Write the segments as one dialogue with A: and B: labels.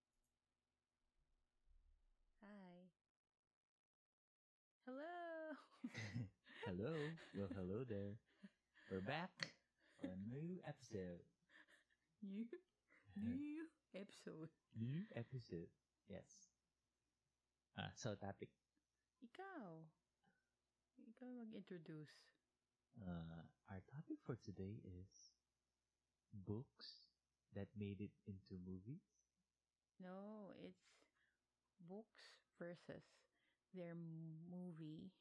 A: hello. Well, hello there. We're back for a new episode.
B: New, new episode.
A: New episode. Yes. Ah, so topic.
B: Ikaw. Ikaw mag-introduce.
A: Uh, our topic for today is books that made it into movies.
B: No, it's books versus their movie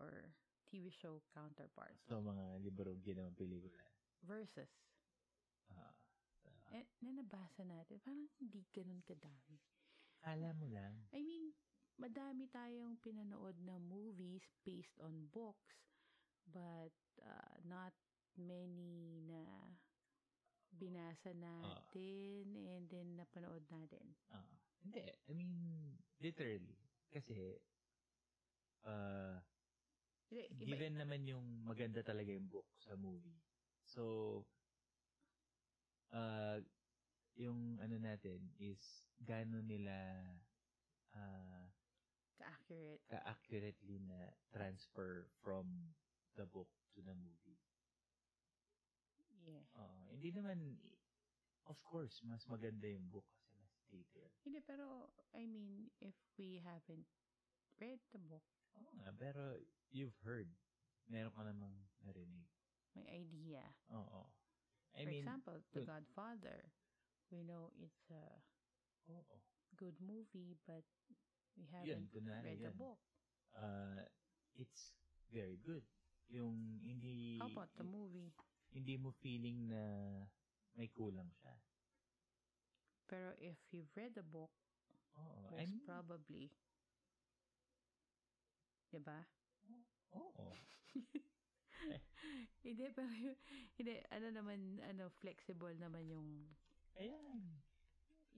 B: or TV show counterparts.
A: So, mga libro ginawang pelikula.
B: Versus.
A: Ah,
B: Eh, nanabasa natin, parang hindi ganun kadami.
A: alam mo lang.
B: I mean, madami tayong pinanood na movies based on books, but uh, not many na binasa natin and then napanood natin.
A: Ah, hindi. I mean, literally. Kasi, uh,
B: Iba- iba-
A: given naman yung maganda talaga yung book sa movie. So, uh, yung ano natin is gano'n nila uh,
B: ka-accurate.
A: ka-accurately na transfer from the book to the movie.
B: Yeah.
A: Oo, hindi naman, of course, mas maganda yung book kasi mas detailed.
B: Hindi, pero, I mean, if we haven't read the book,
A: Oo nga, Ah, pero you've heard. Meron ka namang narinig.
B: may idea.
A: Oo. I
B: For
A: mean,
B: example, The
A: good.
B: Godfather. We know it's a
A: oo.
B: good movie, but we
A: Yun,
B: haven't
A: kunwari,
B: read the
A: yun.
B: book.
A: uh, it's very good. Yung hindi
B: How about the movie?
A: hindi mo feeling na may kulang siya.
B: Pero if you've read the book,
A: Oo. I
B: most
A: mean,
B: probably. Diba?
A: oo. Eh.
B: Hindi, pero yun- hindi, ano naman, ano, flexible naman yung,
A: Ayan.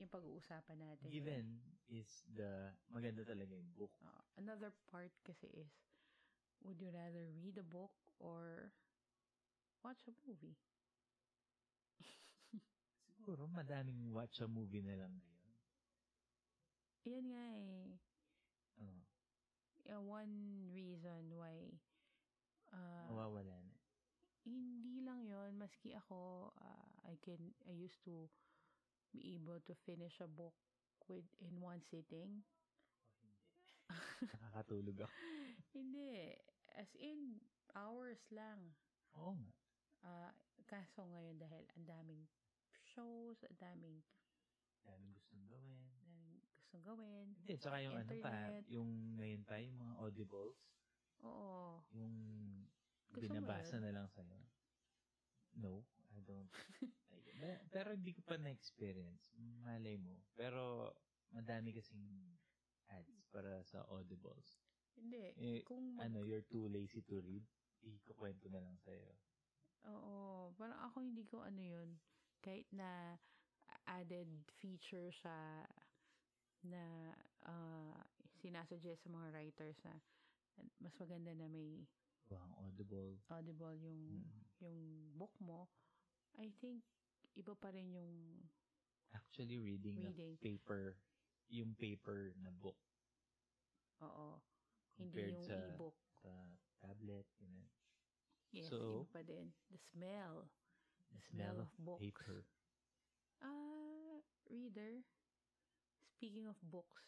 B: yung pag-uusapan natin. eh.
A: Given is the maganda talaga yung book.
B: Uh, another part kasi is, would you rather read a book or watch a movie?
A: Siguro madaming watch a movie na lang ngayon.
B: Yan nga eh.
A: Oo.
B: Uh, one reason why uh,
A: Nawawala na.
B: hindi lang yon maski ako uh, I can I used to be able to finish a book with in one sitting
A: O hindi. Nakakatulog ako.
B: hindi as in hours lang
A: Oo nga.
B: Ah, kaso ngayon dahil ang daming shows ang daming
A: Daming gustong gawin.
B: daming gustong gawin
A: Hindi, tsaka yung ano
B: Internet.
A: pa, yung ngayon pa, yung mga audibles.
B: oo
A: Yung
B: Gusto mo
A: binabasa na lang sa'yo? No, I don't. Ay, ba- pero hindi ko pa na-experience. Malay mo. Pero madami kasing ads para sa audibles.
B: hindi
A: Eh,
B: kung mag-
A: Ano, you're too lazy to read, ikukwento na lang sa'yo.
B: Oo. Parang ako hindi ko ano yun. Kahit na added feature siya na ah, sinasuggest sa mga writers na mas maganda na may
A: Diba, ang audible.
B: audible yung
A: Mm.
B: yung book mo. I think iba pa rin yung
A: Actually, reading,
B: Reading.
A: na paper, yung paper na book
B: oo, hindi
A: compared
B: yung
A: sa,
B: e-book.
A: sa tablet. You know,
B: Yes,
A: So-
B: iba pa din. The smell.
A: the smell of
B: books.
A: paper.
B: Ah, reader. Speaking of books,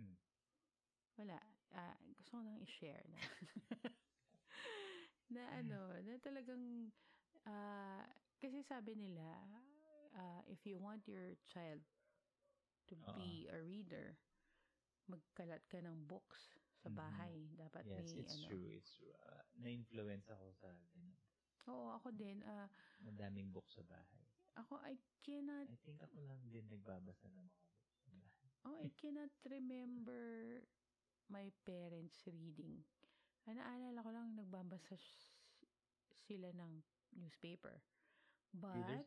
A: Mm.
B: wala. Ah, gusto ko lang i-share na. na ano, na talagang, ah, kasi sabi nila, ah, if you want your child to be a reader, magkalat ka ng books sa
A: Mhm.
B: bahay. Dapat
A: yes,
B: may,
A: it's
B: ano.
A: true. It's true. Uh, na-influence ako sa ganun.
B: Oo, ako din. ah,
A: Madaming books sa bahay.
B: ako, I cannot
A: I think ako lang din nagbabasa ng mga books sa bahay.
B: Oh, I cannot remember my parents reading. Ang naalala ko lang, nagbabasa s- sila ng newspaper.
A: Reader's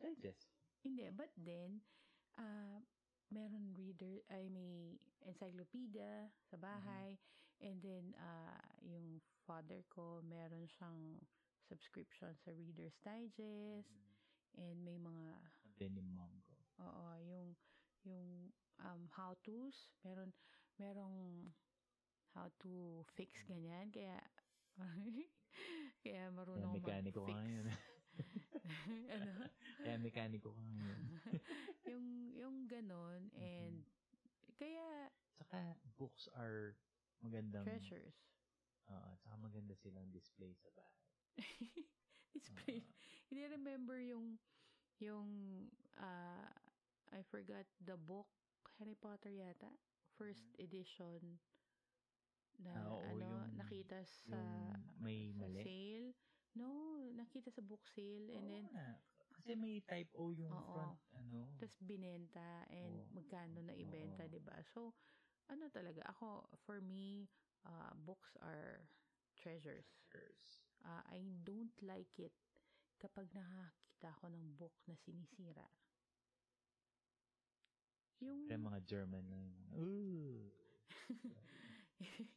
B: But,
A: Digest.
B: hindi, but then, ah, meron reader, ay may encyclopedia sa bahay.
A: Mm-hmm.
B: And then, ah, yung father ko, meron siyang subscription sa Reader's Digest.
A: Mm-hmm.
B: And may mga
A: And Mm. then yung Mongo.
B: Oo, yung yung um how to's, meron merong how to fix ganyan kaya Kaya
A: Kaya
B: marunong
A: mekaniko ka
B: Oh, mag-fix.
A: ngayon.
B: ano?
A: Kaya mekaniko ka ngayon.
B: yung, yung ganon. And, kaya,
A: Saka, books are magandang...
B: treasures.
A: Oo, saka maganda silang display sa bahay.
B: It's pretty Hindi remember yung yung ah I forgot the book Harry Potter yata first edition na
A: Hmm. Ah, oo,
B: ano
A: yung-
B: nakita sa
A: yung may
B: sa
A: mali.
B: sale. No, nakita sa book sale and
A: Oo
B: then
A: nga. Kasi may type O yung
B: Oo.
A: front, ano.
B: tas binenta and
A: Oo.
B: magkano na ibenta,
A: Oh. Oo.
B: 'di ba? So ano talaga ako for me ah, books are treasures.
A: Curse.
B: Ah, I don't like it kapag nakakita ako ng book na sinisira. Yung
A: Siyempre, mga German na yun. Ooh!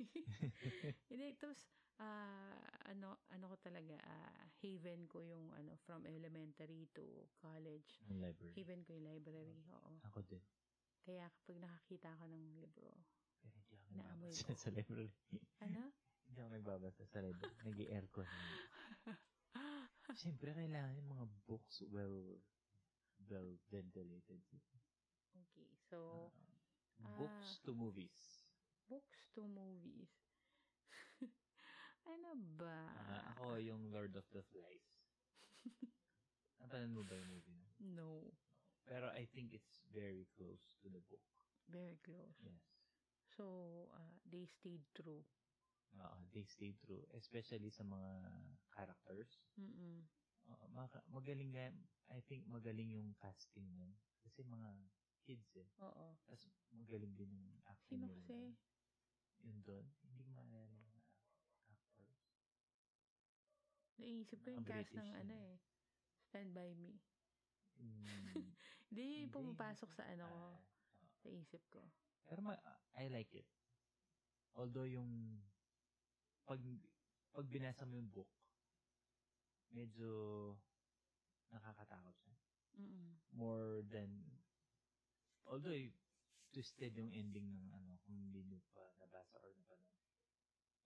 B: Hindi, tapos, ah, ano, ano ko talaga, ah, haven ko yung, ano, from elementary to college.
A: Ang library.
B: Haven ko yung library, oo.
A: Ako din.
B: Kaya kapag nakakita ako ng libro,
A: Pero hindi ako
B: Naamoy
A: nagbabasa
B: ko.
A: sa library.
B: ano?
A: hindi ako nagbabasa sa library. Nag-i-aircon. Siyempre, kailangan yung mga books well well ventilated.
B: okay, so, Ah.
A: Books to movies.
B: books to movies. ano ba?
A: Ah, ako yung Lord of the Flies. Napanood mo ba yung movie na? yun?
B: No,
A: Pero I think it's very close to the book.
B: very close.
A: Yes.
B: So, ah, they stayed true.
A: Oo, Ah, they stay true. Especially sa mga characters.
B: Mm-mm.
A: Oo, maka- magaling nga, I think magaling yung casting nun. Kasi mga kids eh.
B: Oo.
A: Tapos magaling din yung acting.
B: Sino
A: nila
B: kasi?
A: nun. Yun doon. Hindi ko maalala yung mga actors.
B: Naisip ko
A: Mga
B: yung cast
A: British
B: ng
A: yun.
B: ano eh. Stand by me.
A: Mm,
B: Hindi,
A: Hindi.
B: pumapasok sa ano ko.
A: ah,
B: Sa isip ko.
A: pero ma- I like it. Although yung pag pag binasa mo yung book, medyo nakakatakot siya.
B: Mm-mm.
A: More than although eh, twisted yung ending ng ano kung hindi nyo pa nabasa or napanood.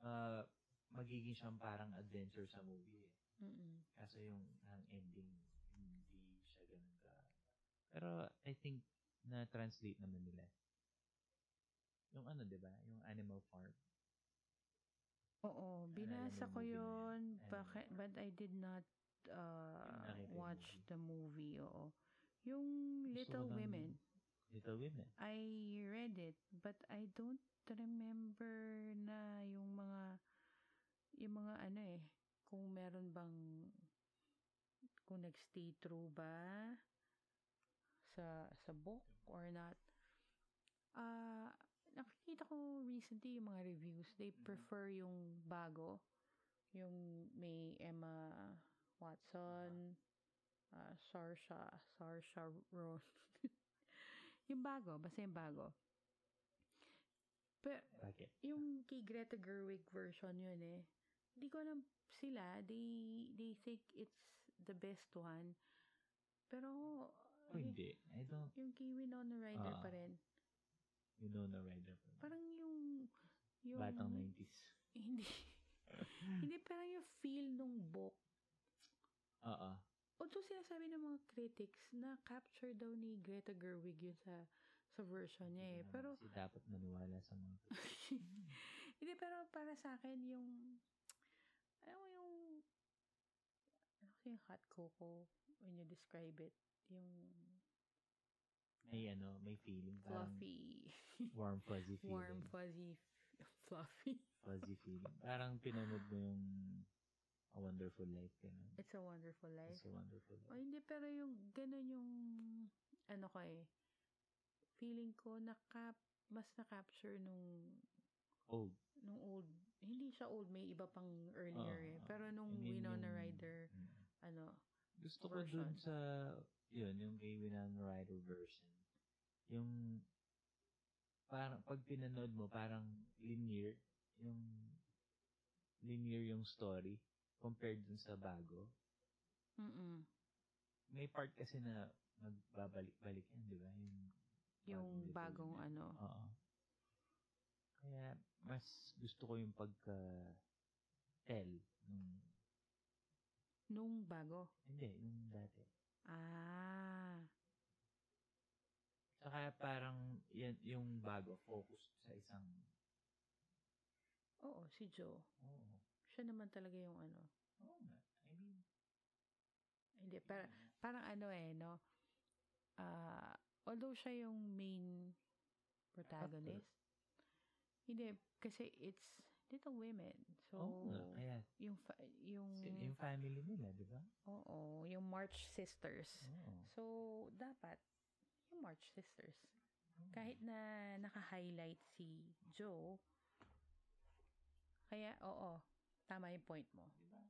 A: Ah, magiging siyang parang adventure sa movie eh.
B: Mm-mm.
A: Kaso yung ang ending, hindi siya ganun ka. Pero I think na-translate naman nila. Yung ano, di ba? Yung Animal Farm.
B: Oo, binasa
A: yung
B: ko
A: movie na yun.
B: yun.
A: Alam mo
B: Baka,
A: yun.
B: but I did not uh,
A: nakita yung
B: watch
A: movie.
B: the movie. Oo. Yung
A: ko
B: Little
A: lang-
B: Women,
A: Little Women.
B: I read it, but I don't remember na yung mga, yung mga ano eh, kung meron bang, kung nag-stay true ba sa, sa book or not. Ah, nakikita ko recently yung mga reviews, they
A: Mhm.
B: prefer yung bago, yung may Emma Watson, ah Saoirse, Saoirse Ronan. yung bago, basta yung bago. Pero
A: Bakit?
B: yung kay Greta Gerwig version yun eh. Hindi ko alam sila, they they think it's the best one. Pero eh,
A: O Oh, hindi. I don't,
B: yung kay Winona Ryder
A: Ah.
B: pa rin.
A: you know, na rider.
B: Parang yung yung
A: Batang 90s.
B: hindi hindi parang yung feel nung book.
A: Oo.
B: Although sinasabi ng mga critics na capture daw ni Greta Gerwig yun sa sa version
A: Hindi
B: niya eh.
A: naman
B: Pero
A: kasi dapat maniwala sa mga... Mm.
B: Hindi, pero para sa akin, yung, alam mo yung, ano kasi yung hot cocoa, when you describe it, yung
A: May ano, may feeling. Parang
B: fluffy,
A: warm fuzzy feeling.
B: warm, fuzzy, fluffy.
A: fuzzy feeling. Parang pinanood mo yung A Wonderful Life. Ganun.
B: It's a wonderful life.
A: It's a Wonderful Life.
B: O hindi, pero yung, ganun yung, ano ko eh, feeling ko, nakap, mas na-capture nung,
A: Old.
B: nung old, hindi siya old, may iba pang earlier
A: Oo,
B: eh.
A: oo.
B: Pero nung
A: I Ah, mean,
B: Winona
A: yung-
B: Ryder,
A: Mm.
B: ano,
A: Gusto ko
B: version.
A: dun sa, yun, yung kay Winona Ryder version. Yung, parang, pag pinanood mo, parang linear, yung, linear yung story, compared dun sa bago.
B: mm
A: May part kasi na, magbabalik-balik yan, di ba? Yung,
B: yung bagong
A: ano.
B: ano.
A: Oo. Kaya, mas gusto ko yung pagka, tell, nung
B: Nung bago.
A: Hindi, yung dati.
B: Ah.
A: Saka parang yan, yung bago, focus sa isang...
B: Oo, si Joe.
A: Oo.
B: Siya naman talaga yung ano.
A: Oo nga. I mean...
B: Hindi, para, parang ano eh, no? Ah, although siya yung main protagonist, hindi, kasi it's little women. So,
A: Oo nga. Kaya,
B: yung, fa- yung,
A: si- yung family nila, di ba?
B: oo, yung March Sisters.
A: Oo.
B: So, dapat, yung March Sisters.
A: Oo.
B: Kahit na naka-highlight si Joe, kaya, oo, tama yung point mo.
A: Di ba?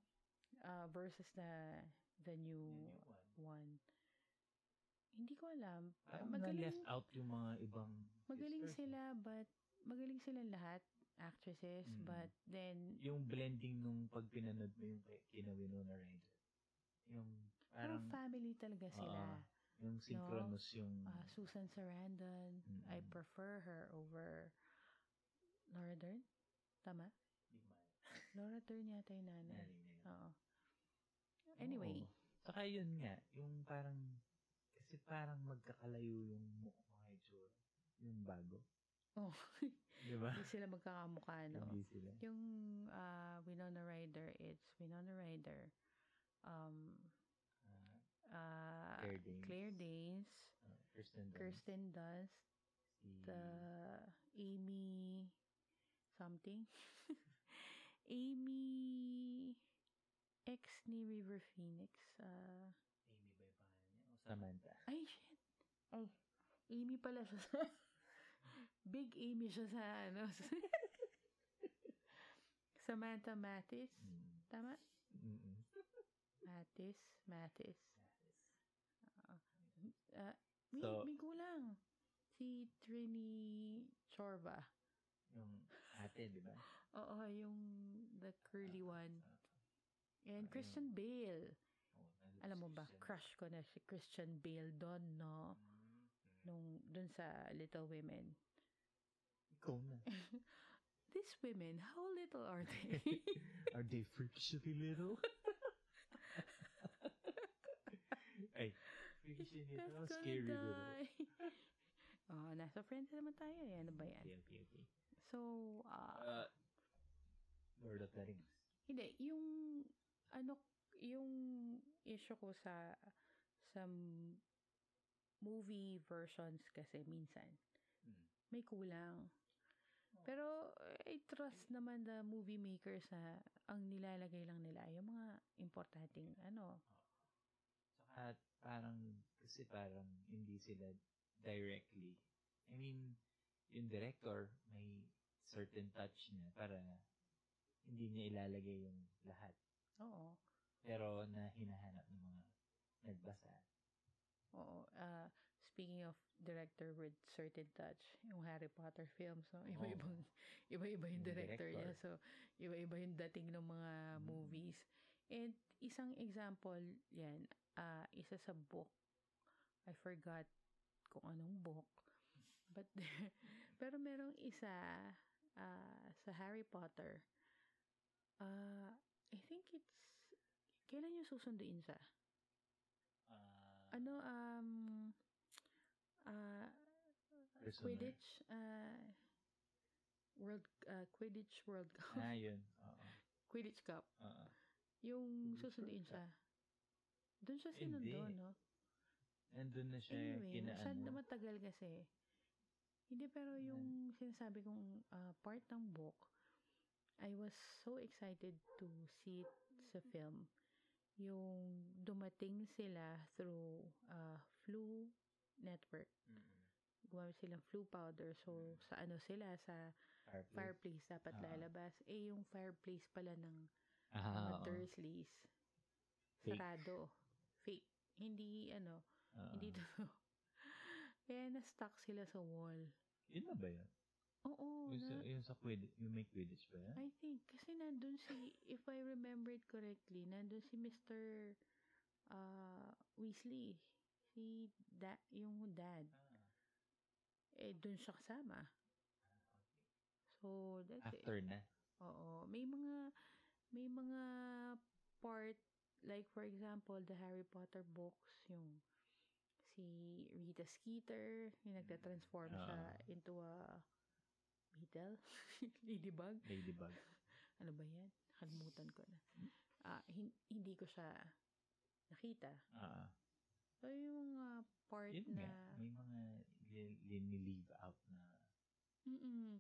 B: Ah, versus na the
A: Yun
B: new
A: yung one.
B: one. Hindi ko alam. Uh,
A: Parang
B: magaling,
A: na-left out yung mga ibang...
B: magaling
A: sisters, eh.
B: sila, but magaling sila lahat, actresses,
A: Mm.
B: but then,
A: Yung blending nung pag pinanood mo yung kay- kina Winona Ryder. Yung
B: parang
A: parang... ah, hmm.
B: family talaga sila.
A: Oo. yung synchronous yung...
B: Ah, Susan Sarandon, I
A: Mm.
B: prefer her over Laura Dern? Tama?
A: yung mga
B: Laura Dern yata yung nanay.
A: nanay nila.
B: Oo. ano? Ah, Anyway,
A: Oo. Saka yun nga, yung parang, kasi parang magkakalayo yung mukha mga itsura. Yung bago.
B: oh,
A: Di ba?
B: hindi sila magkakamukha, no?
A: Hindi sila.
B: Yung ah, Winona Ryder, it's Winona Ryder. Um, ah,
A: Ah, Claire Danes.
B: Claire Danes,
A: ah, Kirsten Dunst.
B: Kirsten Dunst,
A: Si-
B: the Amy something. Amy ex ni River Phoenix. ah
A: Amy ba yung pangalan niya? O Samantha.
B: ay, shit. Ay, Amy pala siya sa... Big Amy siya sa ano. Samantha Mathis.
A: Mm.
B: Tama?
A: Mm-mm.
B: Mathis. Mathis. ah may,
A: So-
B: may kulang. Si Trini Chorba.
A: Yung ate, di ba?
B: Oo, yung the curly one.
A: Ah,
B: And
A: Ayun.
B: Christian Bale.
A: oo, oh, nalabas
B: Alam mo
A: si
B: ba,
A: Christian.
B: crush ko na si Christian Bale doon, no?
A: Mm.
B: Nung, doon sa Little Women.
A: Ikaw na.
B: These women, how little are they?
A: Are they freakishly little? Ay, freakishly little,
B: That's gonna
A: scary little.
B: die. oh, nasa friends naman tayo eh. Ano ba yan?
A: Okay, okay, okay.
B: So, ah,
A: Uh, Lord of the Rings.
B: hindi, yung, ano, yung issue ko sa, sa m- movie versions kasi minsan,
A: Mm.
B: may kulang. Pero eh, I trust naman the movie makers na ang nilalagay lang nila ay yung mga importanteng ano.
A: At Ah. parang, kasi parang hindi sila directly. I mean, yung director may certain touch niya para hindi niya ilalagay yung lahat.
B: Oo.
A: Pero na hinahanap ng mga nagbasa.
B: Oo. ah speaking of director with certain touch, yung Harry Potter films, no? iba-ibang iba-iba yung
A: Yung
B: director niya.
A: director.
B: So, iba-iba yung dating ng mga
A: Mm.
B: movies. And isang example, yan, ah isa sa book. I forgot kung anong book. But, pero merong isa ah, sa Harry Potter. ah I think it's, kailan yung susunduin siya?
A: Ah,
B: ano um uh
A: prisoner.
B: Quidditch uh World uh, Quidditch World Cup
A: Ah, yun. Oo.
B: Quidditch Cup
A: Oo.
B: yung
A: Quidditch
B: susunduin
A: World
B: siya doon siya
A: Hindi.
B: sinundo no
A: Nandun na siya
B: anyway
A: kina
B: masyad
A: ano.
B: matagal kasi hindi pero
A: Ayan.
B: yung sinasabi kong ah, part ng book I was so excited to see it sa film yung dumating sila through uh, flu network
A: Mm-mm.
B: gumamit silang flu powder. So, sa ano sila, sa
A: Fireplace.
B: fireplace dapat
A: Hmm. Ah.
B: lalabas. Eh, yung fireplace pala ng mga
A: Ah, oo.
B: Dursleys,
A: Fake.
B: sarado. Fake. Hindi, ano,
A: Oo.
B: hindi to. Kaya na-stuck sila sa wall.
A: Yun na ba yun?
B: Oo,
A: Yung sa,
B: na,
A: yung sa Quidditch, yung may Quidditch ba yan?
B: I think, kasi nandun si, if I remember it correctly, nandun si Mr. ah Weasley. Si, da, yung dad. Eh, dun siya kasama. So, that's it.
A: After na.
B: Oo. May mga, may mga part like for example, the Harry Potter books, yung si Rita Skeeter, yung nagta-transform siya
A: Ah.
B: into a beetle, ladybug.
A: Ladybug.
B: Ano ba yan? Nakalimutan ko na. Ah, hin- hindi ko siya nakita.
A: Ah,
B: So, yung mga part
A: yun
B: na...
A: nga. May mga li- linilive out na.
B: Mm-mm.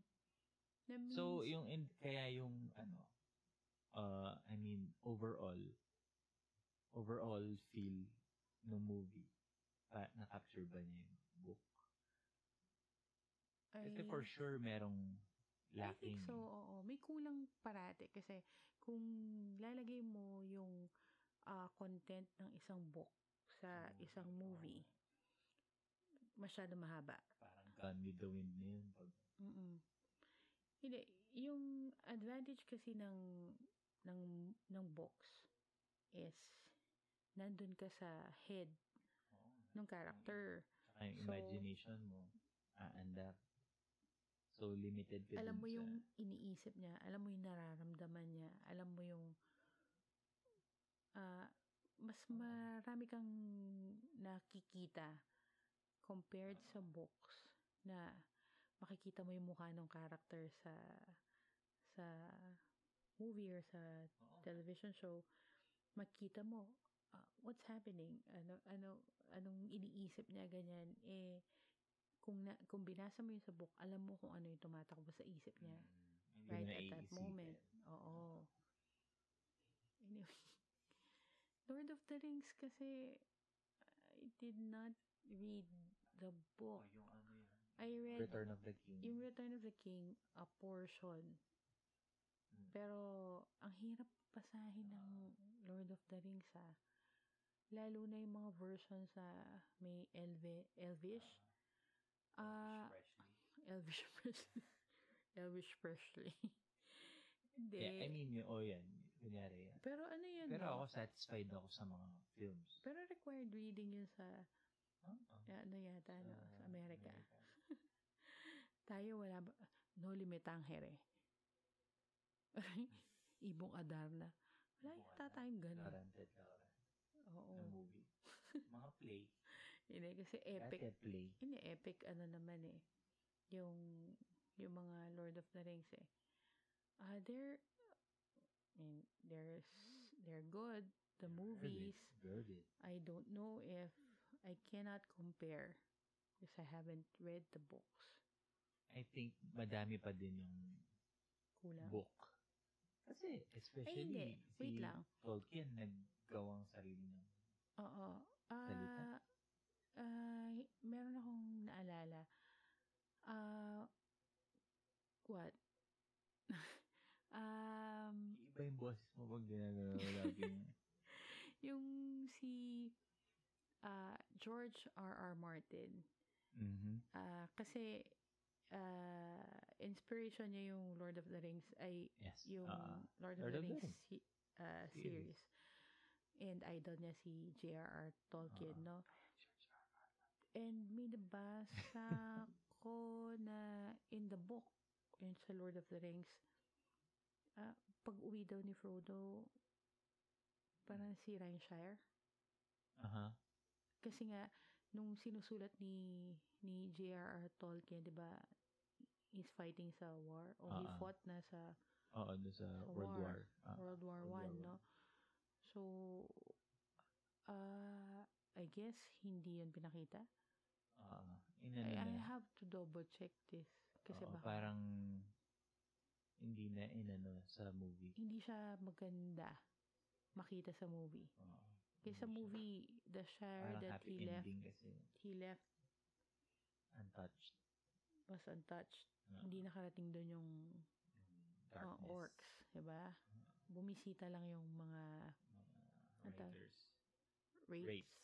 B: na
A: So,
B: means-
A: yung, in, kaya yung, ano, uh, I mean, overall, overall feel ng movie, pa, na-capture ba niya yung book?
B: ay-
A: Kasi for sure, merong
B: I think
A: lacking.
B: so, oo. May kulang parate kasi kung lalagay mo yung ah, content ng isang book sa
A: Sa
B: isang movie,
A: movie,
B: masyado mahaba.
A: Parang Gone with the Wind na yun. Pag,
B: Mm-mm. Hindi, yung advantage kasi ng ng ng books is nandun ka sa head ng character.
A: Saka oh, yung
B: So-
A: imagination mo, aandar. So, limited ka
B: Alam
A: dun
B: mo
A: sa-
B: yung iniisip niya, alam mo yung nararamdaman niya, alam mo yung ah, mas marami kang nakikita compared sa books na makikita mo yung mukha ng character sa sa movie or sa
A: Oo.
B: television show, makita mo, ah, what's happening? Ano, ano, anong iniisip niya ganyan? Eh, kung, na, kung binasa mo yun sa book, alam mo kung ano yung tumatakbo sa isip niya.
A: Mm, hindi
B: right
A: mo
B: at that
A: naiisipin.
B: moment. Oo. Anyway. Lord of the Rings kasi, I did not read the
A: Oh,
B: book.
A: yung ano yan.
B: I read
A: Return of the King.
B: yung Return of the King, a portion.
A: Mm.
B: Pero, ang hirap basahin ng Lord of the Rings, ah. Lalo na yung mga version sa may Elvi- Elvish. Ah, Elvish Presley. Elvish Presley. Hindi.
A: yeah, I mean, yun, oh yan. Kunyari yan.
B: pero ano yun?
A: Pero
B: no?
A: ako satisfied ako sa mga films.
B: pero required reading yun sa,
A: Huh? Ah,
B: eh, ano yata, no? sa
A: sa
B: Amerika. Ano? Tayo wala ba? No limitangere. Ibong Adarna. Wala
A: Ibong
B: yata
A: Adarna.
B: tayong ganun.
A: Laurent at Laurent. Na
B: Oo.
A: movie. mga play.
B: Hindi, kasi
A: Epic.
B: epic.
A: play.
B: Hindi, epic ano naman eh. Yung, yung mga Lord of the Rings eh. Ah, they're, I mean, they're, s- they're good. The movies.
A: Heard it.
B: I don't know if, I cannot compare because I haven't read the books.
A: I think madami pa din yung
B: Kulang.
A: book. Kasi,
B: Ay,
A: especially
B: hindi.
A: si
B: Wait lang.
A: Tolkien naggawang sarili ng
B: Oo.
A: Salita?
B: Ah, ah, meron akong naalala. Ah, what? um,
A: iba yung boses mo pag ginagawa mo lagi yung
B: yung si ah, George R. R. Martin.
A: Mhm.
B: Ah, kasi ah, inspiration niya yung Lord of the Rings ay
A: yes
B: yung
A: Ah,
B: Lord of
A: Lord
B: the
A: of the
B: Rings
A: Rings.
B: si- ah,
A: Series.
B: series. And idol niya si J.R.R. Tolkien, no?
A: Ah.
B: And may nabasa ko na in the book, yun sa Lord of the Rings, ah, pag uwi daw ni Frodo, parang si Shire.
A: aha
B: Kasi nga, nung sinusulat ni ni J.R.R. Tolkien, di ba, he's fighting sa war, o he
A: Ah, ah.
B: fought na sa
A: oo doon sa
B: Sa
A: World
B: war.
A: War Ah,
B: World War
A: World War
B: One,
A: One.
B: no? So, ah I guess hindi yun pinakita.
A: ah, inano
B: I, I
A: na
B: have to double check this. Kasi
A: Oo,
B: baka
A: parang hindi na inano sa movie
B: hindi siya maganda makita sa movie.
A: Oo.
B: Kasi sa
A: Hindi siya-
B: movie, the shire
A: parang
B: that
A: happy
B: he left,
A: ending kasi
B: he left
A: untouched
B: was untouched.
A: Ah,
B: Hindi nakarating doon yung
A: yung
B: mga
A: darkness
B: orcs, diba? Bumisita lang yung mga
A: mga
B: Ano tawag?
A: raiders
B: wraiths.
A: Wraiths.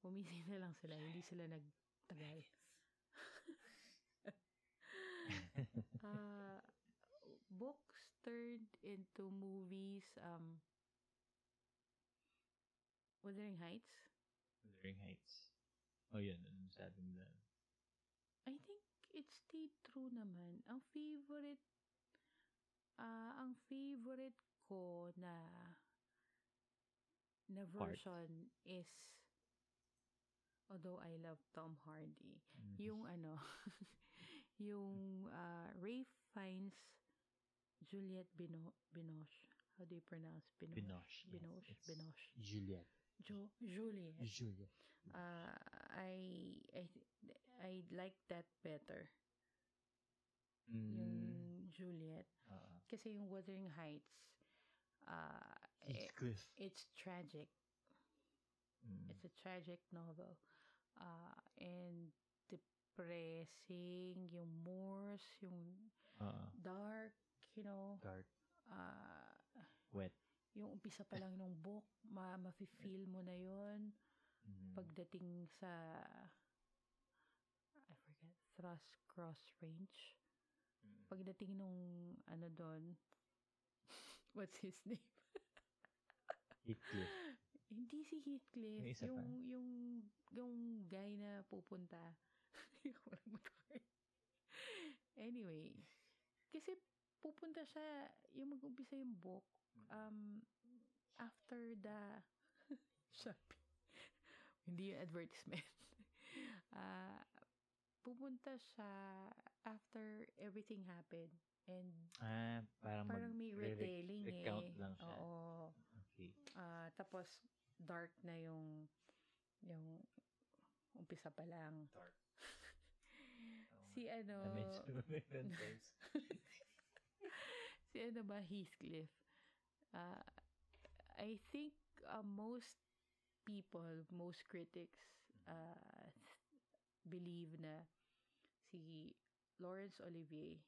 B: Bumisita lang sila, hindi sila nagtagal. uh, books turned into movies. Um, Wuthering Heights.
A: Wuthering Heights oh yun anong sabi nila
B: I think it stayed true naman. Ang favorite, ah ang favorite ko na na
A: Part.
B: version is although I love Tom Hardy
A: Mm.
B: yung ano yung uh, Ray Fiennes Juliet Bino Binoche how do you pronounce Binoche
A: Binoche. yes.
B: Binoche,
A: It's
B: Binoche.
A: Juliet.
B: Jo- Juliet
A: Juliet.
B: uh, I I I like that better
A: Mm.
B: yung Juliet
A: oo.
B: kasi yung Wuthering Heights uh, eh,
A: Heathcliff.
B: it's tragic
A: Mm.
B: It's a tragic novel. Uh, and depressing, yung moors, yung
A: Oo.
B: dark, you know.
A: Dark.
B: Uh,
A: Wet.
B: yung umpisa pa lang ng book, ma mafe-feel mo na yon
A: Mm.
B: Pagdating sa, I forget, thrust cross range.
A: Mm.
B: Pagdating nung, ano doon, what's his name?
A: Heathcliff.
B: Hindi si Heathcliff.
A: Yung
B: Yung,
A: isa pa?
B: yung, yung, guy na pupunta. Hindi ko alam ang tawag. anyway, kasi pupunta siya, yung mag-umpisa yung book,
A: Mm.
B: um, after the Shopee. Hindi yung advertisement. Ah, pupunta siya after everything happened. And
A: Ah, parang,
B: parang may
A: magre-rec-
B: retelling eh.
A: recount lang siya.
B: Oo.
A: Okay.
B: Ah, tapos dark na yung yung umpisa pa lang.
A: Dark. Oh, mm,
B: si ano
A: Na-mention mo na ilang times.
B: si ano ba Heathcliff. Ah, I think ah, most people, most critics ah, believe na si Laurence Olivier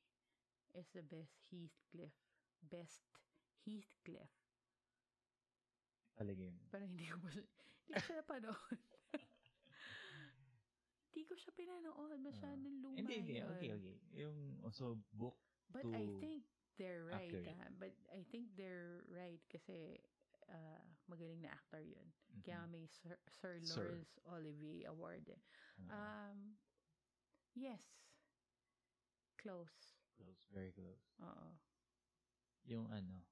B: is the best Heathcliff. Best Heathcliff.
A: Talaga yun.
B: Parang hindi ko pa siya, hindi ko siya napanood. hindi ko siya pinanood. Masyadong luma
A: Ah. Hindi, hindi.
B: yun.
A: Okay, okay. Yung, so, book.
B: But I
A: to
B: think they're right.
A: accurate.
B: ah. But I think they're right kasi ah, magaling na actor yun.
A: Mhm.
B: Kaya may Sir, Sir
A: Sir.
B: Lawrence Olivier Award. eh.
A: Ah,
B: Um, yes. Close.
A: Ah, close. Very close.
B: Oo.
A: Yung ano.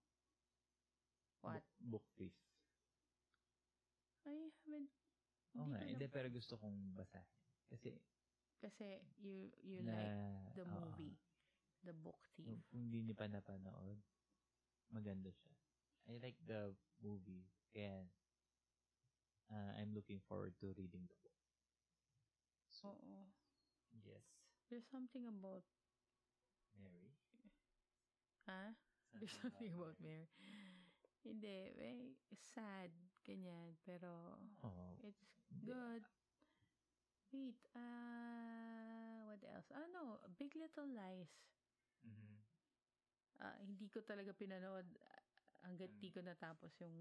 B: What?
A: Book, book thief.
B: I haven't.
A: Oo Oh, nga.
B: ko
A: eh, Hindi,
B: na-
A: pero gusto kong basahin. Kasi,
B: Kasi you, you
A: na, ah.
B: like the
A: oo.
B: movie. The book thief.
A: Kung, kung hindi niyo pa napanood, maganda siya. I like the movie. Kaya, ah, I'm looking forward to reading the book. So,
B: Oo.
A: yes.
B: There's something about
A: Mary.
B: Ah, There's
A: Ano
B: something about Mary. Hindi, may sad, ganyan, pero
A: Oh,
B: it's good. Wait, ah, what else? Ah, no, Big Little Lies.
A: Mhm.
B: Ah, hindi ko talaga pinanood ah, hanggat
A: Mm.
B: di ko natapos yung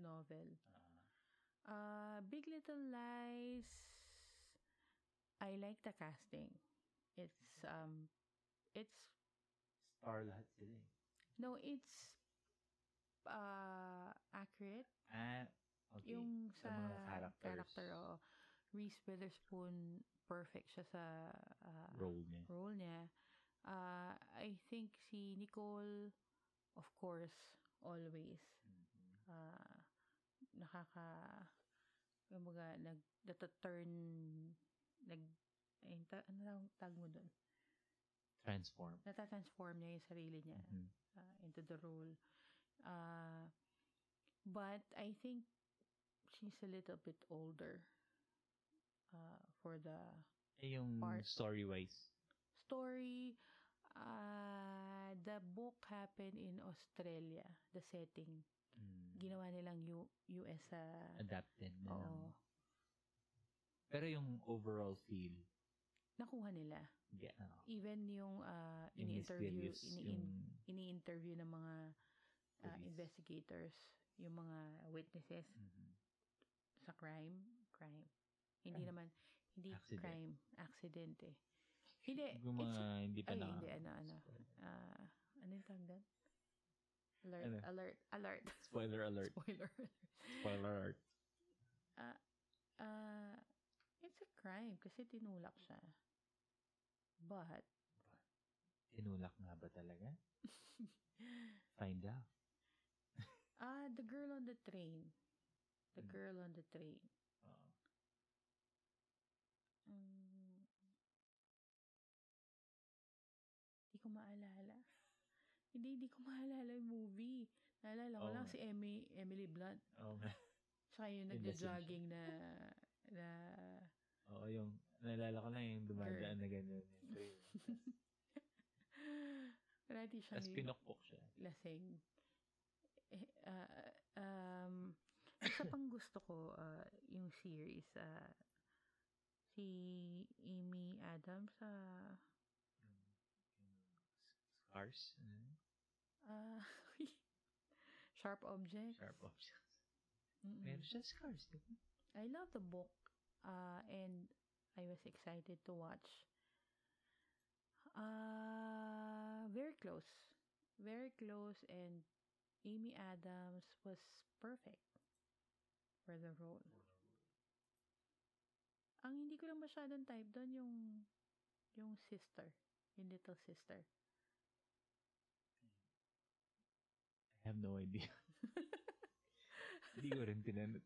B: novel. Ah,
A: Ah,
B: Big Little Lies, I like the casting. It's, um, it's
A: star lahat sila eh.
B: No, it's uh, accurate.
A: Ah, okay.
B: Yung
A: Sa
B: sa,
A: mga characters.
B: character, oo. Reese Witherspoon, perfect siya sa uh,
A: role niya.
B: role niya. Uh, I think si Nicole, of course, always.
A: Mhm.
B: Uh, nakaka, kumbaga, nag, turn nag, ayun, ta- ano tawag- tawag mo doon?
A: Transform.
B: Natatransform niya yung sarili niya.
A: Mhm.
B: uh, into the role. Uh, but I think she's a little bit older uh, for the
A: Eh, yung
B: Part.
A: story-wise.
B: story. Uh, the book happened in Australia, the setting.
A: Mm.
B: Ginawa nilang U- uh, oh, US sa...
A: Adapted na lang.
B: Oo.
A: Pero yung overall feel,
B: Nakuha nila.
A: yeah, ah,
B: Even yung uh,
A: yung
B: ini-interview,
A: mysterious,
B: ini-
A: yung
B: ini-interview ng mga uh,
A: police.
B: investigators, yung mga witnesses,
A: Mhm.
B: sa crime, crime. Hindi
A: Crime.
B: naman, hindi
A: Accident.
B: crime, accident eh. Hindi,
A: Yung mga
B: it's,
A: hindi pa
B: ay,
A: na.
B: hindi, ano, ano. ah, ano yung tawag doon? Alert,
A: Ano?
B: alert, alert.
A: Spoiler alert.
B: Spoiler.
A: Spoiler alert.
B: Ah, it's a crime kasi tinulak siya. But,
A: Tinulak nga ba talaga? Find out.
B: ah, the girl on the train, The
A: Mm.
B: Girl on the Train.
A: Oo.
B: Mm. Hindi ko maalala. Hindi, hindi ko maalala yung movie. Naalala ko
A: Oo
B: lang
A: nga.
B: si Emmy, Emily Blunt.
A: Oo nga.
B: Tsaka yung
A: Yun na
B: nagja-jogging na, na,
A: Oo, yung, naalala ko lang yung dumadaan na gano'n. yung train.
B: parati siyang
A: Tapos pinokpok siya.
B: lasing. Eh, ah, um, isa pang gusto ko, ah, yung series, ah, si Amy Adams ah, sa
A: Cars? Ano yun?
B: ah, Sharp Objects.
A: Sharp objects.
B: Mm-mm.
A: Meron siya scars, di ba?
B: I love the book uh, and I was excited to watch. Uh, very close. Very close and Amy Adams was perfect for the role. Ang hindi ko lang masyadong type doon yung yung sister, yung little sister.
A: I have no idea. Hindi ko rin pinanood.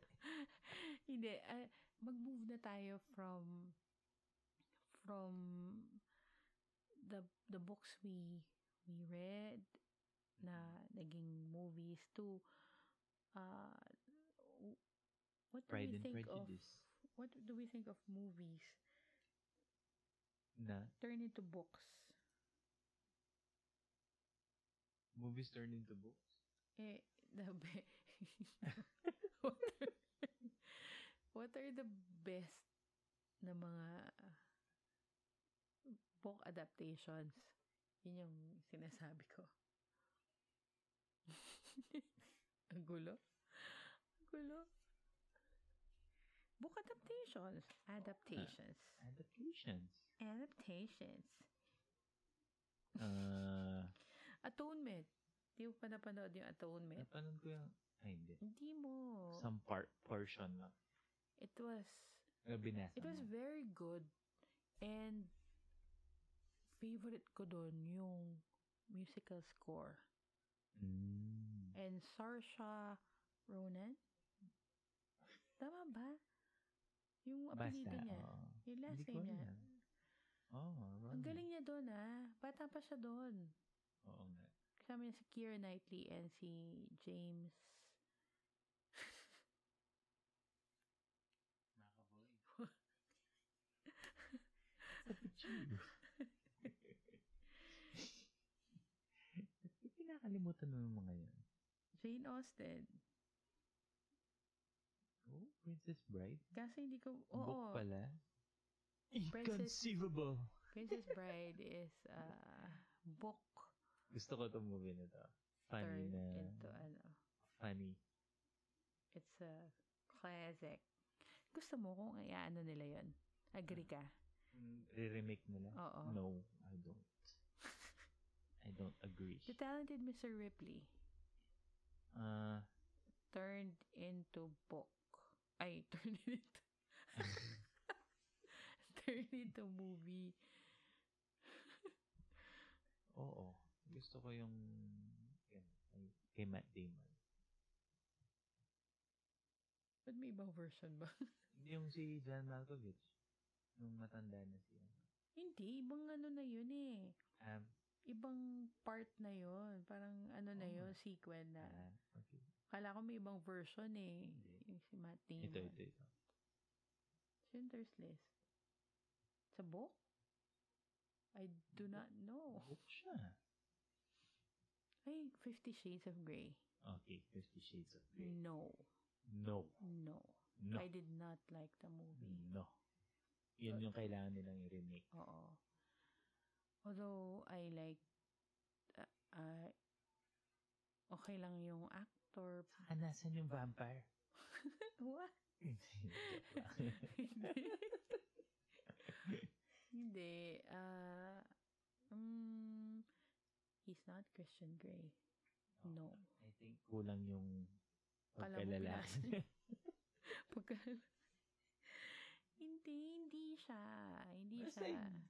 B: Hindi, ah, mag-move na tayo from from the the books we we read na
A: Mm-hmm.
B: naging movies to uh w- what do
A: Pride
B: we
A: and
B: think
A: Prejudice.
B: of what do we think of movies
A: Na,
B: turn into books
A: movies turned into books.
B: eh the be- what, are, what are the best na mga book adaptations yun yung sinasabi ko ang gulo ang gulo book adaptations adaptations
A: Adaptations.
B: adaptations
A: Ah,
B: atonement hindi mo pa napanood yung atonement
A: napanood ko yung, ay hindi.
B: hindi mo
A: Some part, portion lang.
B: it was
A: Na binasa
B: It was
A: mo.
B: very good. And favorite ko doon yung musical score.
A: Mm.
B: And Saoirse Ronan? Tama ba? Yung apelido
A: Basta,
B: niya.
A: oo.
B: Yung last
A: Hindi ko
B: name niya.
A: alam. Oo, oh,
B: Ang galing niya doon ah. Bata pa siya doon.
A: Oo nga.
B: Kasama niya si Keira Knightley and si James.
A: Ba't Pinakalimutan mo yung mga yan.
B: Jane Austen.
A: Oh, Princess Bride?
B: Kasi hindi ko... Oo.
A: Book pala?
B: Princess-
A: Inconceivable!
B: Princess Bride is uh, book
A: Gusto ko itong movie na to. Funny
B: turned
A: na.
B: into ano.
A: Funny.
B: It's a classic. Gusto mo kung ano nila yon Agree ka?
A: Re-remake nila?
B: Oo.
A: No, I don't. I don't agree.
B: The Talented Mr. Ripley
A: Ah,
B: turned into book. Ay, turned into... turned into movie.
A: oo. Gusto ko yung yan, kay- kay Matt Damon.
B: Ba't may ibang version ba?
A: Yung si John Malkovich. Yung matanda na ano, siya.
B: Hindi, ibang ano na yun eh.
A: Um,
B: Ibang part na yun. Parang ano na
A: Oo.
B: yun, sequel na.
A: ah, okay.
B: Kala ko may ibang version eh.
A: Hindi.
B: Yung si Matt Damon.
A: Ito, ito, ito.
B: Schindler's List. Sa book? I do
A: Book?
B: not know.
A: Book siya.
B: Ay, Fifty Shades of Grey.
A: Okay, Fifty Shades of Grey.
B: No.
A: No.
B: No.
A: No. Mm.
B: I did not like the movie.
A: No. Yun
B: But-
A: yung kailangan nilang i-remake.
B: Oo. Uh-uh. Although, I like... ah, ah, okay lang yung actor.
A: Ah, nasan yung vampire?
B: What? Hindi. Ah, mm, he's not Christian Grey.
A: Oh.
B: No.
A: I think kulang yung
B: Kala mo
A: pagkalala.
B: pinasa- Pagka... hindi, hindi siya. Hindi
A: Basta
B: siya.
A: yun.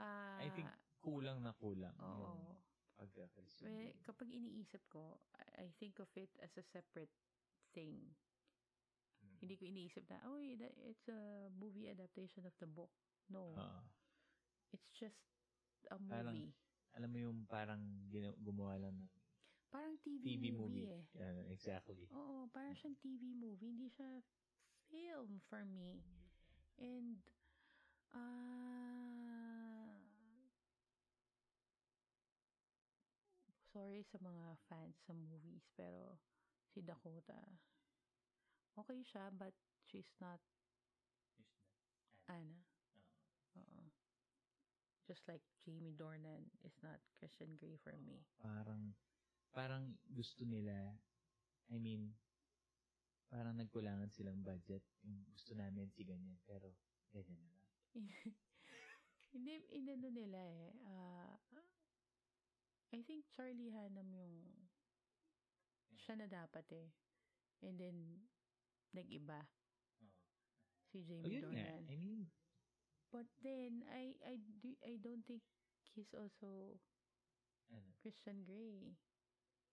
B: Ah,
A: I think kulang na kulang yung
B: oo.
A: pagkakasunod.
B: Well, kapag iniisip ko, I- I think of it as a separate thing.
A: Mm.
B: Hindi ko iniisip na, oh, it's a movie adaptation of the book. No.
A: Oo.
B: It's just a
A: Ah. Parang-
B: movie.
A: Alam mo yung parang gina- gumawa lang ng
B: Parang, TV,
A: TV
B: movie,
A: movie.
B: eh.
A: Yeah, exactly.
B: Oo, parang siyang TV movie. Hindi siya film for me. And, ah... sorry sa mga fans sa movies, pero si Dakota, okay siya, but she's not Anna. Oo. Just like Jamie Dornan is not Christian Grey for me.
A: Parang, parang gusto nila, I mean, parang nagkulangan silang budget. Yung gusto namin si ganyan, pero ganyan na lang.
B: Hindi, inano nila eh. ah, I think Charlie Hanam yung siya na dapat eh. And then, nag-iba.
A: mm,
B: Si
A: Oh,
B: Jamie
A: yun nga.
B: Dornan.
A: I mean,
B: But then, I, I, do, I don't think he's also
A: ano,
B: Christian Grey.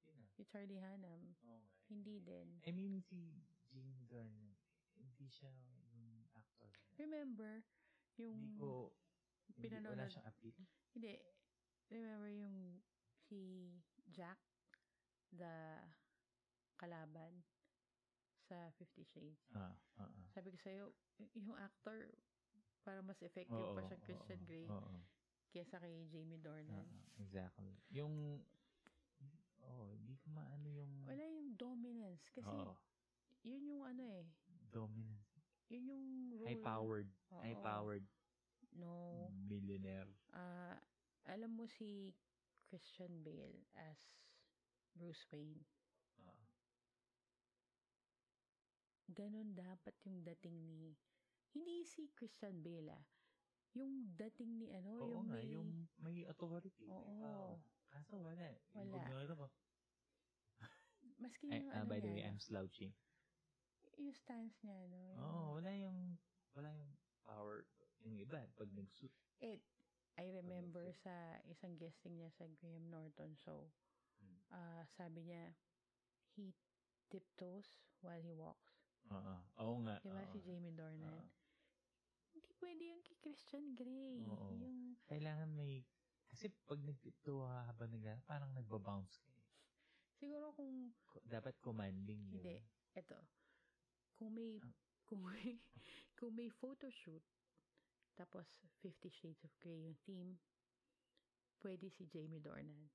A: yun na.
B: Si Charlie Hanam.
A: Oo nga.
B: Hindi din.
A: I mean, si Jamie Dornan, hindi siya yung actor. na-
B: Remember, yung...
A: Hindi ko, hindi, wala
B: pinanonood-
A: siyang appeal.
B: Hindi. Remember yung si Jack, the kalaban sa Fifty Shades.
A: Ah, ah, ah.
B: Sabi ko sa'yo, y- yung actor, para mas effective pa
A: Oo,
B: siya Christian
A: oo,
B: Grey
A: oo.
B: kesa kay Jamie Dornan.
A: Oo, exactly. Yung, oh, hindi ko maano yung,
B: Wala yung dominance kasi
A: oo,
B: yun yung ano eh,
A: dominant.
B: yun yung role.
A: High-powered,
B: Oo.
A: high-powered
B: No.
A: millionaire.
B: Ah, alam mo si Christian Bale as Bruce Wayne.
A: Ah,
B: ganun dapat yung dating ni hindi si Christian Bale ah. Yung dating ni ano,
A: oo
B: yung
A: nga,
B: may
A: yung may authority. may
B: Oo.
A: power. Kaso wala.
B: Wala.
A: Ignore ko.
B: maski
A: Ay,
B: yung
A: ah,
B: ano
A: by the way,
B: niya,
A: I'm slouching.
B: yung stance niya ano.
A: Oo,
B: yung-
A: wala yung, wala yung power. Yung iba, pag nagsuit.
B: It, I remember
A: Okay.
B: sa isang guesting niya sa Graham Norton show.
A: Hmm.
B: ah sabi niya, he tiptoes while he walks.
A: Oo, oo nga.
B: Di ba Diba
A: oo
B: si
A: nga.
B: Jamie Dornan?
A: Oo.
B: Hindi pwede yung kay Christian Grey.
A: Oo.
B: Yung,
A: Kailangan may, kasi pag nagpito habang nag, parang nagbabounce ka eh.
B: siguro kung
A: Ko- Dapat commanding. di ba?
B: Hindi. Eto. Kung may,
A: Ah.
B: kung may, kung may photoshoot, tapos Fifty Shades of Grey yung team, pwede si Jamie Dornan.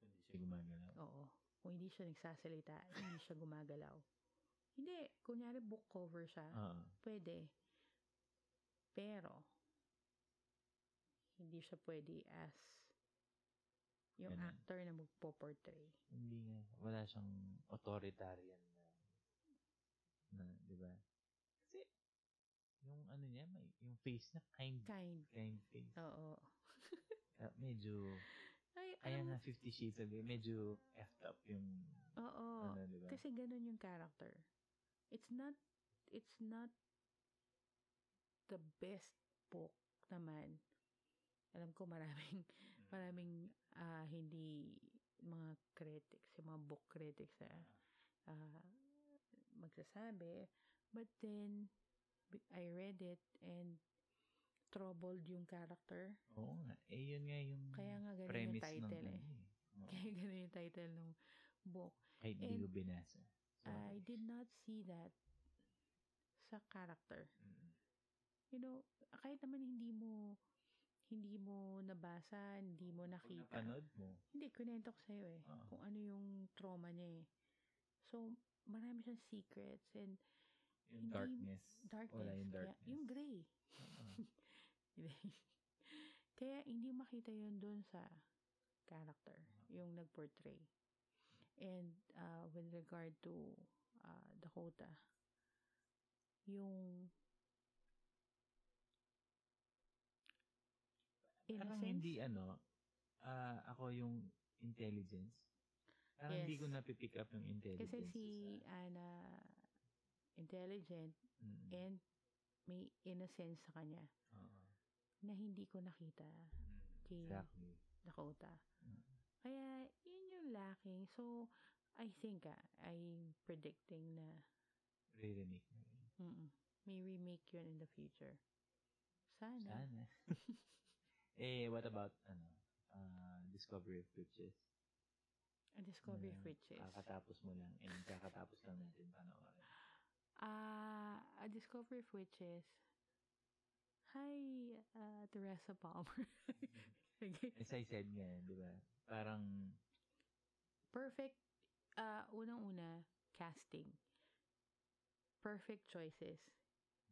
A: Hindi siya gumagalaw.
B: Oo. Kung hindi siya nagsasalita, hindi siya gumagalaw. Hindi. Kunyari book cover siya,
A: Oo.
B: pwede. Pero, hindi siya pwede as yung
A: Ganun.
B: actor na magpo-portray.
A: hindi nga, wala siyang authoritarian na, na di ba? Kasi, yung ano niya, may, yung face na kind,
B: Kind.
A: kind face.
B: Oo.
A: Ah, medyo,
B: Ay,
A: kaya
B: alam mo-
A: nga 50 Shades of Grey, medyo effed up yung,
B: Oo.
A: ano, di ba?
B: Kasi ganun yung character. It's not, it's not the best book naman. Alam ko maraming, maraming ah, hindi mga critics, yung mga book critics na ah, magsasabi. But then, b- I read it and troubled yung character.
A: Oo nga, eh yun nga yung
B: Kaya nga ganun yung
A: premise ng,
B: title eh.
A: ano eh. Oo.
B: Kaya ganun yung title ng book.
A: Kahit
B: and
A: hindi ko binasa.
B: I did not see that sa character.
A: Mm.
B: You know, kahit naman hindi mo hindi mo nabasa, hindi mo
A: Pag
B: nakita.
A: napanood mo,
B: Hindi, kunento ko sa'yo eh.
A: Oo.
B: Kung ano yung trauma niya eh. So, marami siyang secrets and
A: yung
B: Hindi-
A: darkness,
B: darkness.
A: wala yung
B: kaya-
A: darkness.
B: yung gray.
A: Oo.
B: kaya hindi makita yun doon sa character,
A: Uh-huh.
B: yung nag-portray. And uh, with regard to uh, Dakota, yung
A: Parang
B: innocence,
A: hindi ano, ah, ako yung intelligence. Parang hindi
B: Yes.
A: ko napipick up yung intelligence.
B: kasi
A: uh,
B: si Anna intelligent and may innocence sa kanya na hindi ko nakita
A: Oh,
B: kay
A: Exactly.
B: Dakota.
A: Mm.
B: Kaya, yun yung lacking. So, I think ah, I'm predicting na
A: Re-remake na rin.
B: mm, may remake yun in the future. Sana.
A: Sana. eh, what about, ano, uh, Discovery of Witches?
B: A Discovery of
A: Ano,
B: Witches.
A: Kakatapos mo lang. Eh, kakatapos lang natin panoorin.
B: Ah, A Discovery of Witches. Hi, uh, Teresa Palmer. Sige.
A: As I said nga, di ba? Parang,
B: perfect ah unang-una casting. Perfect choices.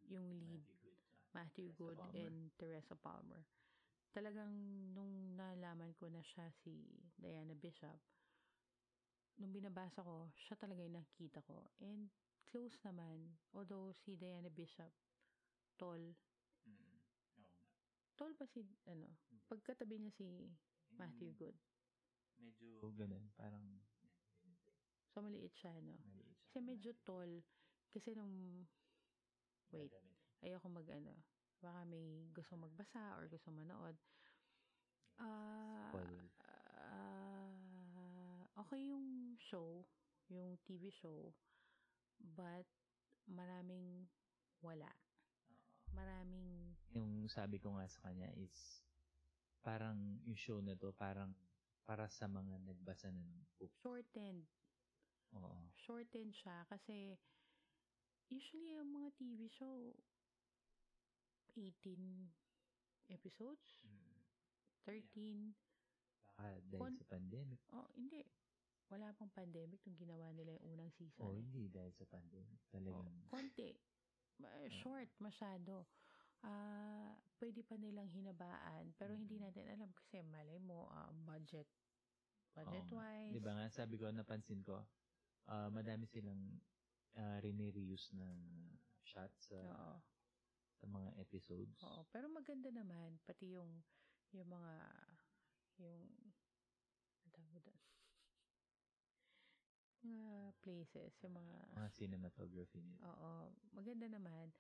B: Yung lead
A: Matthew Good
B: Matthew Good
A: siya. Teresa Palmer.
B: and Teresa Palmer. Talagang nung nalaman ko na siya si Diana Bishop, nung binabasa ko, siya talaga yung nakita ko. And close naman, although si Diana Bishop, tall.
A: Mm. Oo nga.
B: Tall pa si, ano, pagkatabi niya si Matthew
A: Mm,
B: Good.
A: Medyo ganun. Parang,
B: So maliit siya, no?
A: maliit siya.
B: Kasi medyo tall. Kasi nung, wait,
A: Madami din.
B: ayoko mag ano, baka may gusto magbasa or gusto manood. Ah,
A: Spoiler.
B: ah, okay yung show, yung TV show, but maraming wala.
A: Oo.
B: Maraming,
A: yung sabi ko nga sa kanya is parang yung show na to parang para sa mga nagbasa na ng book.
B: shortened.
A: Oo.
B: Shortened siya kasi usually yung mga TV show, 18 episodes, 13.
A: Baka dahil
B: Kon-
A: sa pandemic.
B: Oh, hindi. Wala pang pandemic nung ginawa nila yung unang season.
A: Oo, hindi dahil sa pandemic.
B: Oh,
A: Talagang
B: konti. Ma- eh,
A: Mm.
B: Short masyado. Ah, pwede pa nilang hinabaan pero hindi
A: Mhm.
B: natin alam kasi malay mo ah, budget budget
A: Oo nga.
B: wise.
A: Di ba nga, sabi ko, napansin ko, ah, madami silang uh, rinireuse ng shots sa,
B: Oo.
A: sa mga episodes.
B: Oo, pero maganda naman pati yung yung mga yung ang tawag mo doon? mga places, yung
A: Mga cinematography nila.
B: Oo, maganda naman.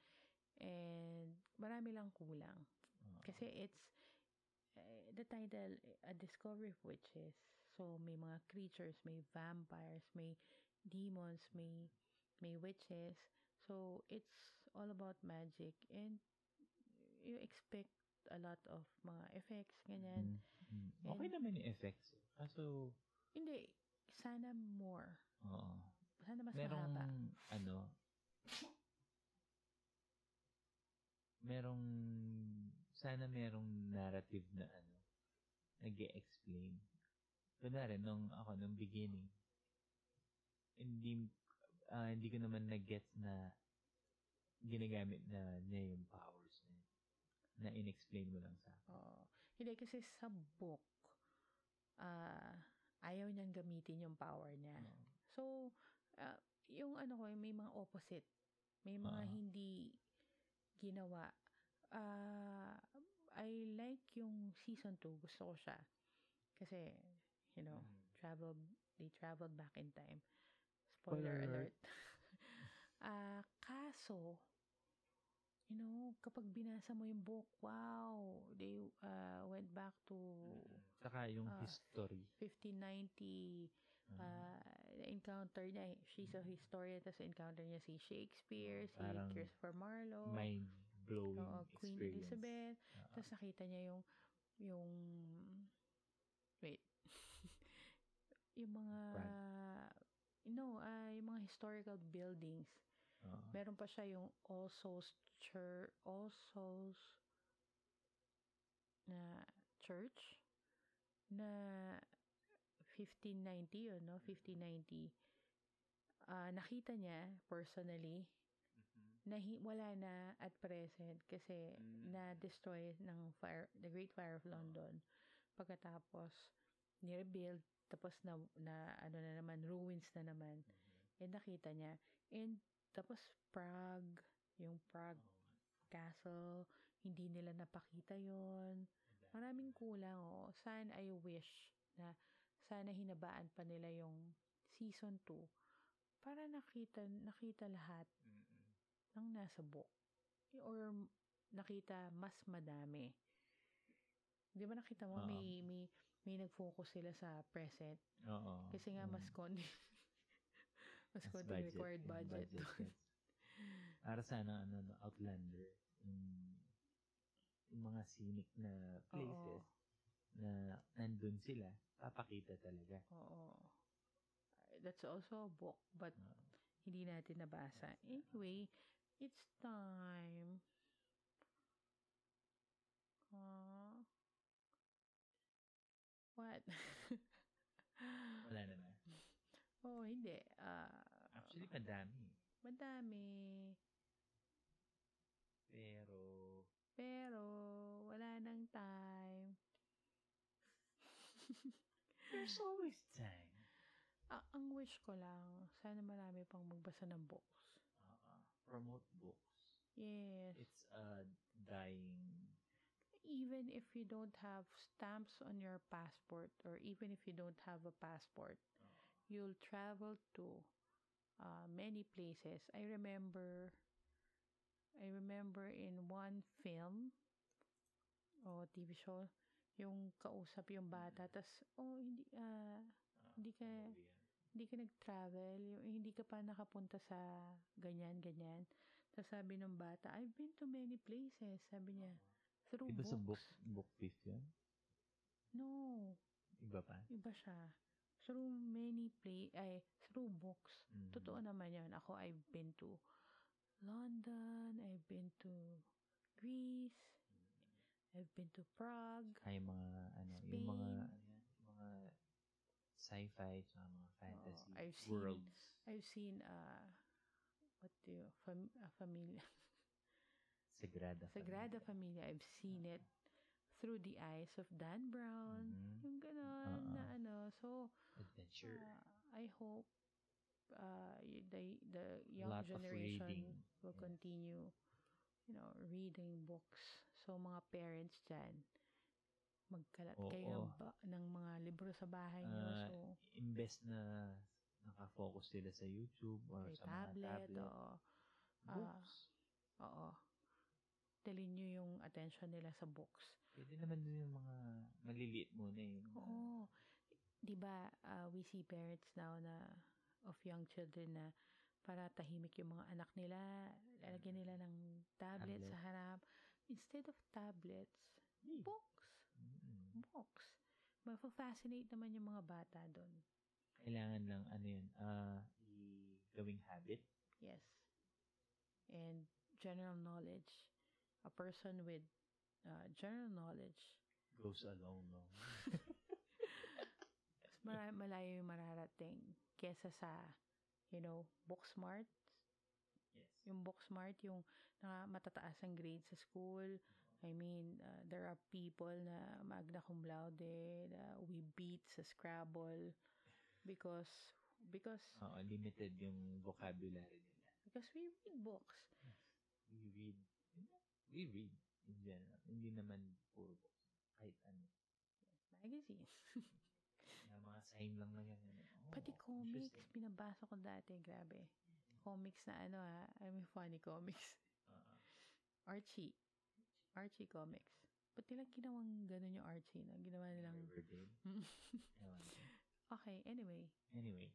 B: And marami lang kulang.
A: Oo.
B: Kasi it's, eh, the title, eh, A Discovery of Witches. So, may mga creatures, may vampires, may demons, may, may witches. So, it's all about magic. And you expect a lot of mga effects, ganyan.
A: Mm, mm. Okay
B: And-
A: naman yung effects. Kaso,
B: Hindi, sana more.
A: oo.
B: Sana mas
A: merong,
B: mahaba.
A: ano, merong, sana merong narrative na, ano, nag explain Kunwari, nung ako, nung beginning, hindi, ah, hindi ko naman nag-get na ginagamit na niya yung powers niya. Na in-explain mo lang sa akin.
B: Oo. Hindi kasi sa book, ah ayaw niyang gamitin yung power niya.
A: Oo.
B: So, ah, yung ano ko, may mga opposite. May mga
A: Oo.
B: hindi ginawa. Ah, I like yung season 2. Gusto ko siya. Kasi, you
A: Ah,
B: know, travel, they traveled back in time. Spoiler,
A: Spoiler
B: alert. Ah, kaso, you know, kapag binasa mo yung book, wow, they ah, went back to
A: Saka yung
B: Ah.
A: history.
B: 1590
A: Ah,
B: ah encounter niya, eh. she's a historian, tapos encounter niya si Shakespeare, si
A: Parang
B: Christopher Marlowe,
A: mind-blowing
B: oo, Queen
A: experience.
B: Elizabeth,
A: Ah, ah.
B: tapos nakita niya yung, yung, wait, yung mga, no, ah, yung mga historical buildings.
A: Oo.
B: Meron pa siya yung All Souls Church, All Souls na church na 1590 yun, no? 1590. Ah, nakita niya personally na hi- wala na at present kasi
A: Mm.
B: na-destroy ng fire, the Great Fire of London. Pagkatapos, ni-rebuild, tapos na, na ano na naman, ruins na naman. And nakita niya. And tapos Prague, yung
A: Oh,
B: Prague Castle, hindi nila napakita yon Maraming kulang, oh. Sana I wish na sana hinabaan pa nila yung season 2 para nakita, nakita lahat
A: Mm-mm.
B: ng nasa book. Or m- nakita mas madami. Di ba nakita mo,
A: Oo.
B: may, may, may nag-focus sila sa present.
A: Oo.
B: Kasi nga,
A: ah, Mm.
B: mas konti. Mas
A: Mas
B: konting required
A: yung
B: budget.
A: yes. Para sana, ano, no, Outlander, yung, yung mga scenic na places na nandun sila, papakita talaga.
B: Oo. That's also a book, but
A: Oo.
B: hindi natin nabasa. Anyway, it's time. Aw. What?
A: Wala naman.
B: oh, hindi. Ah,
A: Actually, madami.
B: madami.
A: Pero,
B: Pero, wala nang time.
A: there's always time.
B: Ah, ang wish ko lang, sana marami pang magbasa ng books.
A: Oo. promote books.
B: Yes.
A: It's a dying
B: even if you don't have stamps on your passport or even if you don't have a passport you'll travel to uh, many places i remember i remember in one film o tv show yung kausap yung bata tas oh hindi ah,
A: ah,
B: Hindi ka-
A: movie yan.
B: hindi ka nag-travel, yung hindi ka pa nakapunta sa ganyan, ganyan. Tapos sabi ng bata, I've been to many places, sabi niya. Through
A: Iba sa book,
B: books.
A: book fifth yun?
B: No,
A: Iba pa?
B: iba siya. Through many play, ay, through books.
A: Mhm.
B: Totoo naman yun. Ako, I've been to London, I've been to Greece, I've been to Prague.
A: Ay, yung mga, ano, yung mga,
B: Spain.
A: ano yan, yung mga sci-fi, tsaka mga fantasy
B: Ah, I've seen-
A: worlds.
B: I've seen, uh, what do you, fam- uh, familia.
A: Sagrada
B: Sagrada Familia, I've seen it through the eyes of Dan Brown.
A: Mhm.
B: Yung ganon na
A: Oo.
B: ano. So,
A: Adventure.
B: uh, I hope uh, y- the, the young
A: Lot of reading.
B: generation will
A: Yeah.
B: continue, you know, reading books. So, mga parents dyan, magkalat
A: Oo.
B: kayo ng, ba- ng mga libro sa bahay nyo.
A: Ah,
B: so,
A: Imbes na nakafocus sila sa YouTube or
B: may
A: sa mga
B: tablet,
A: tablet.
B: oo. ah,
A: books.
B: Oo. Dalhin nyo yung attention nila sa books.
A: Pwede naman din yung mga maliliit muna eh. yung mga-
B: Oo. Ah. 'Di ba, uh, we see parents now na of young children na para tahimik yung mga anak nila, lalagyan nila ng tablet,
A: Tablet.
B: sa harap. Instead of tablets,
A: Hey.
B: books.
A: Mm.
B: Books. Mapafascinate naman yung mga bata doon.
A: Kailangan lang, ano yun, ah, i- gawing habit.
B: Yes. And general knowledge. A person with uh, general knowledge,
A: Goes along, no?
B: mas mara- malayo yung mararating kesa sa, you know, book smart,
A: yes.
B: Yung book smart, yung naka matataas ang grade sa school. I mean, uh, there are people na magna cum laude, na we beat sa Scrabble because because
A: Oo, limited yung vocabulary nila.
B: because we read books.
A: We read. We read in general. Hindi naman puro books. Kahit ano.
B: Magazines.
A: Yung mga sign lang na yan. Oh,
B: Pati comics,
A: interesting.
B: binabasa ko dati, grabe. Comics na ano ha, I mean funny comics.
A: Oo.
B: Archie. Archie comics. Ba't nilang ginawang ganun yung Archie na ginawa nilang...
A: Riverdale. Ewan ko.
B: okay, anyway.
A: Anyway,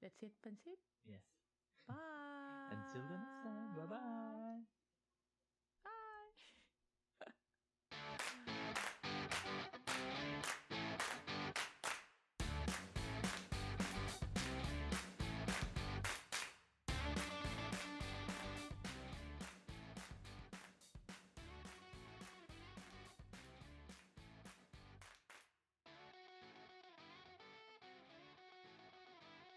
B: That's it, Pansit.
A: yes.
B: Bye.
A: Until the next time. Bye-bye.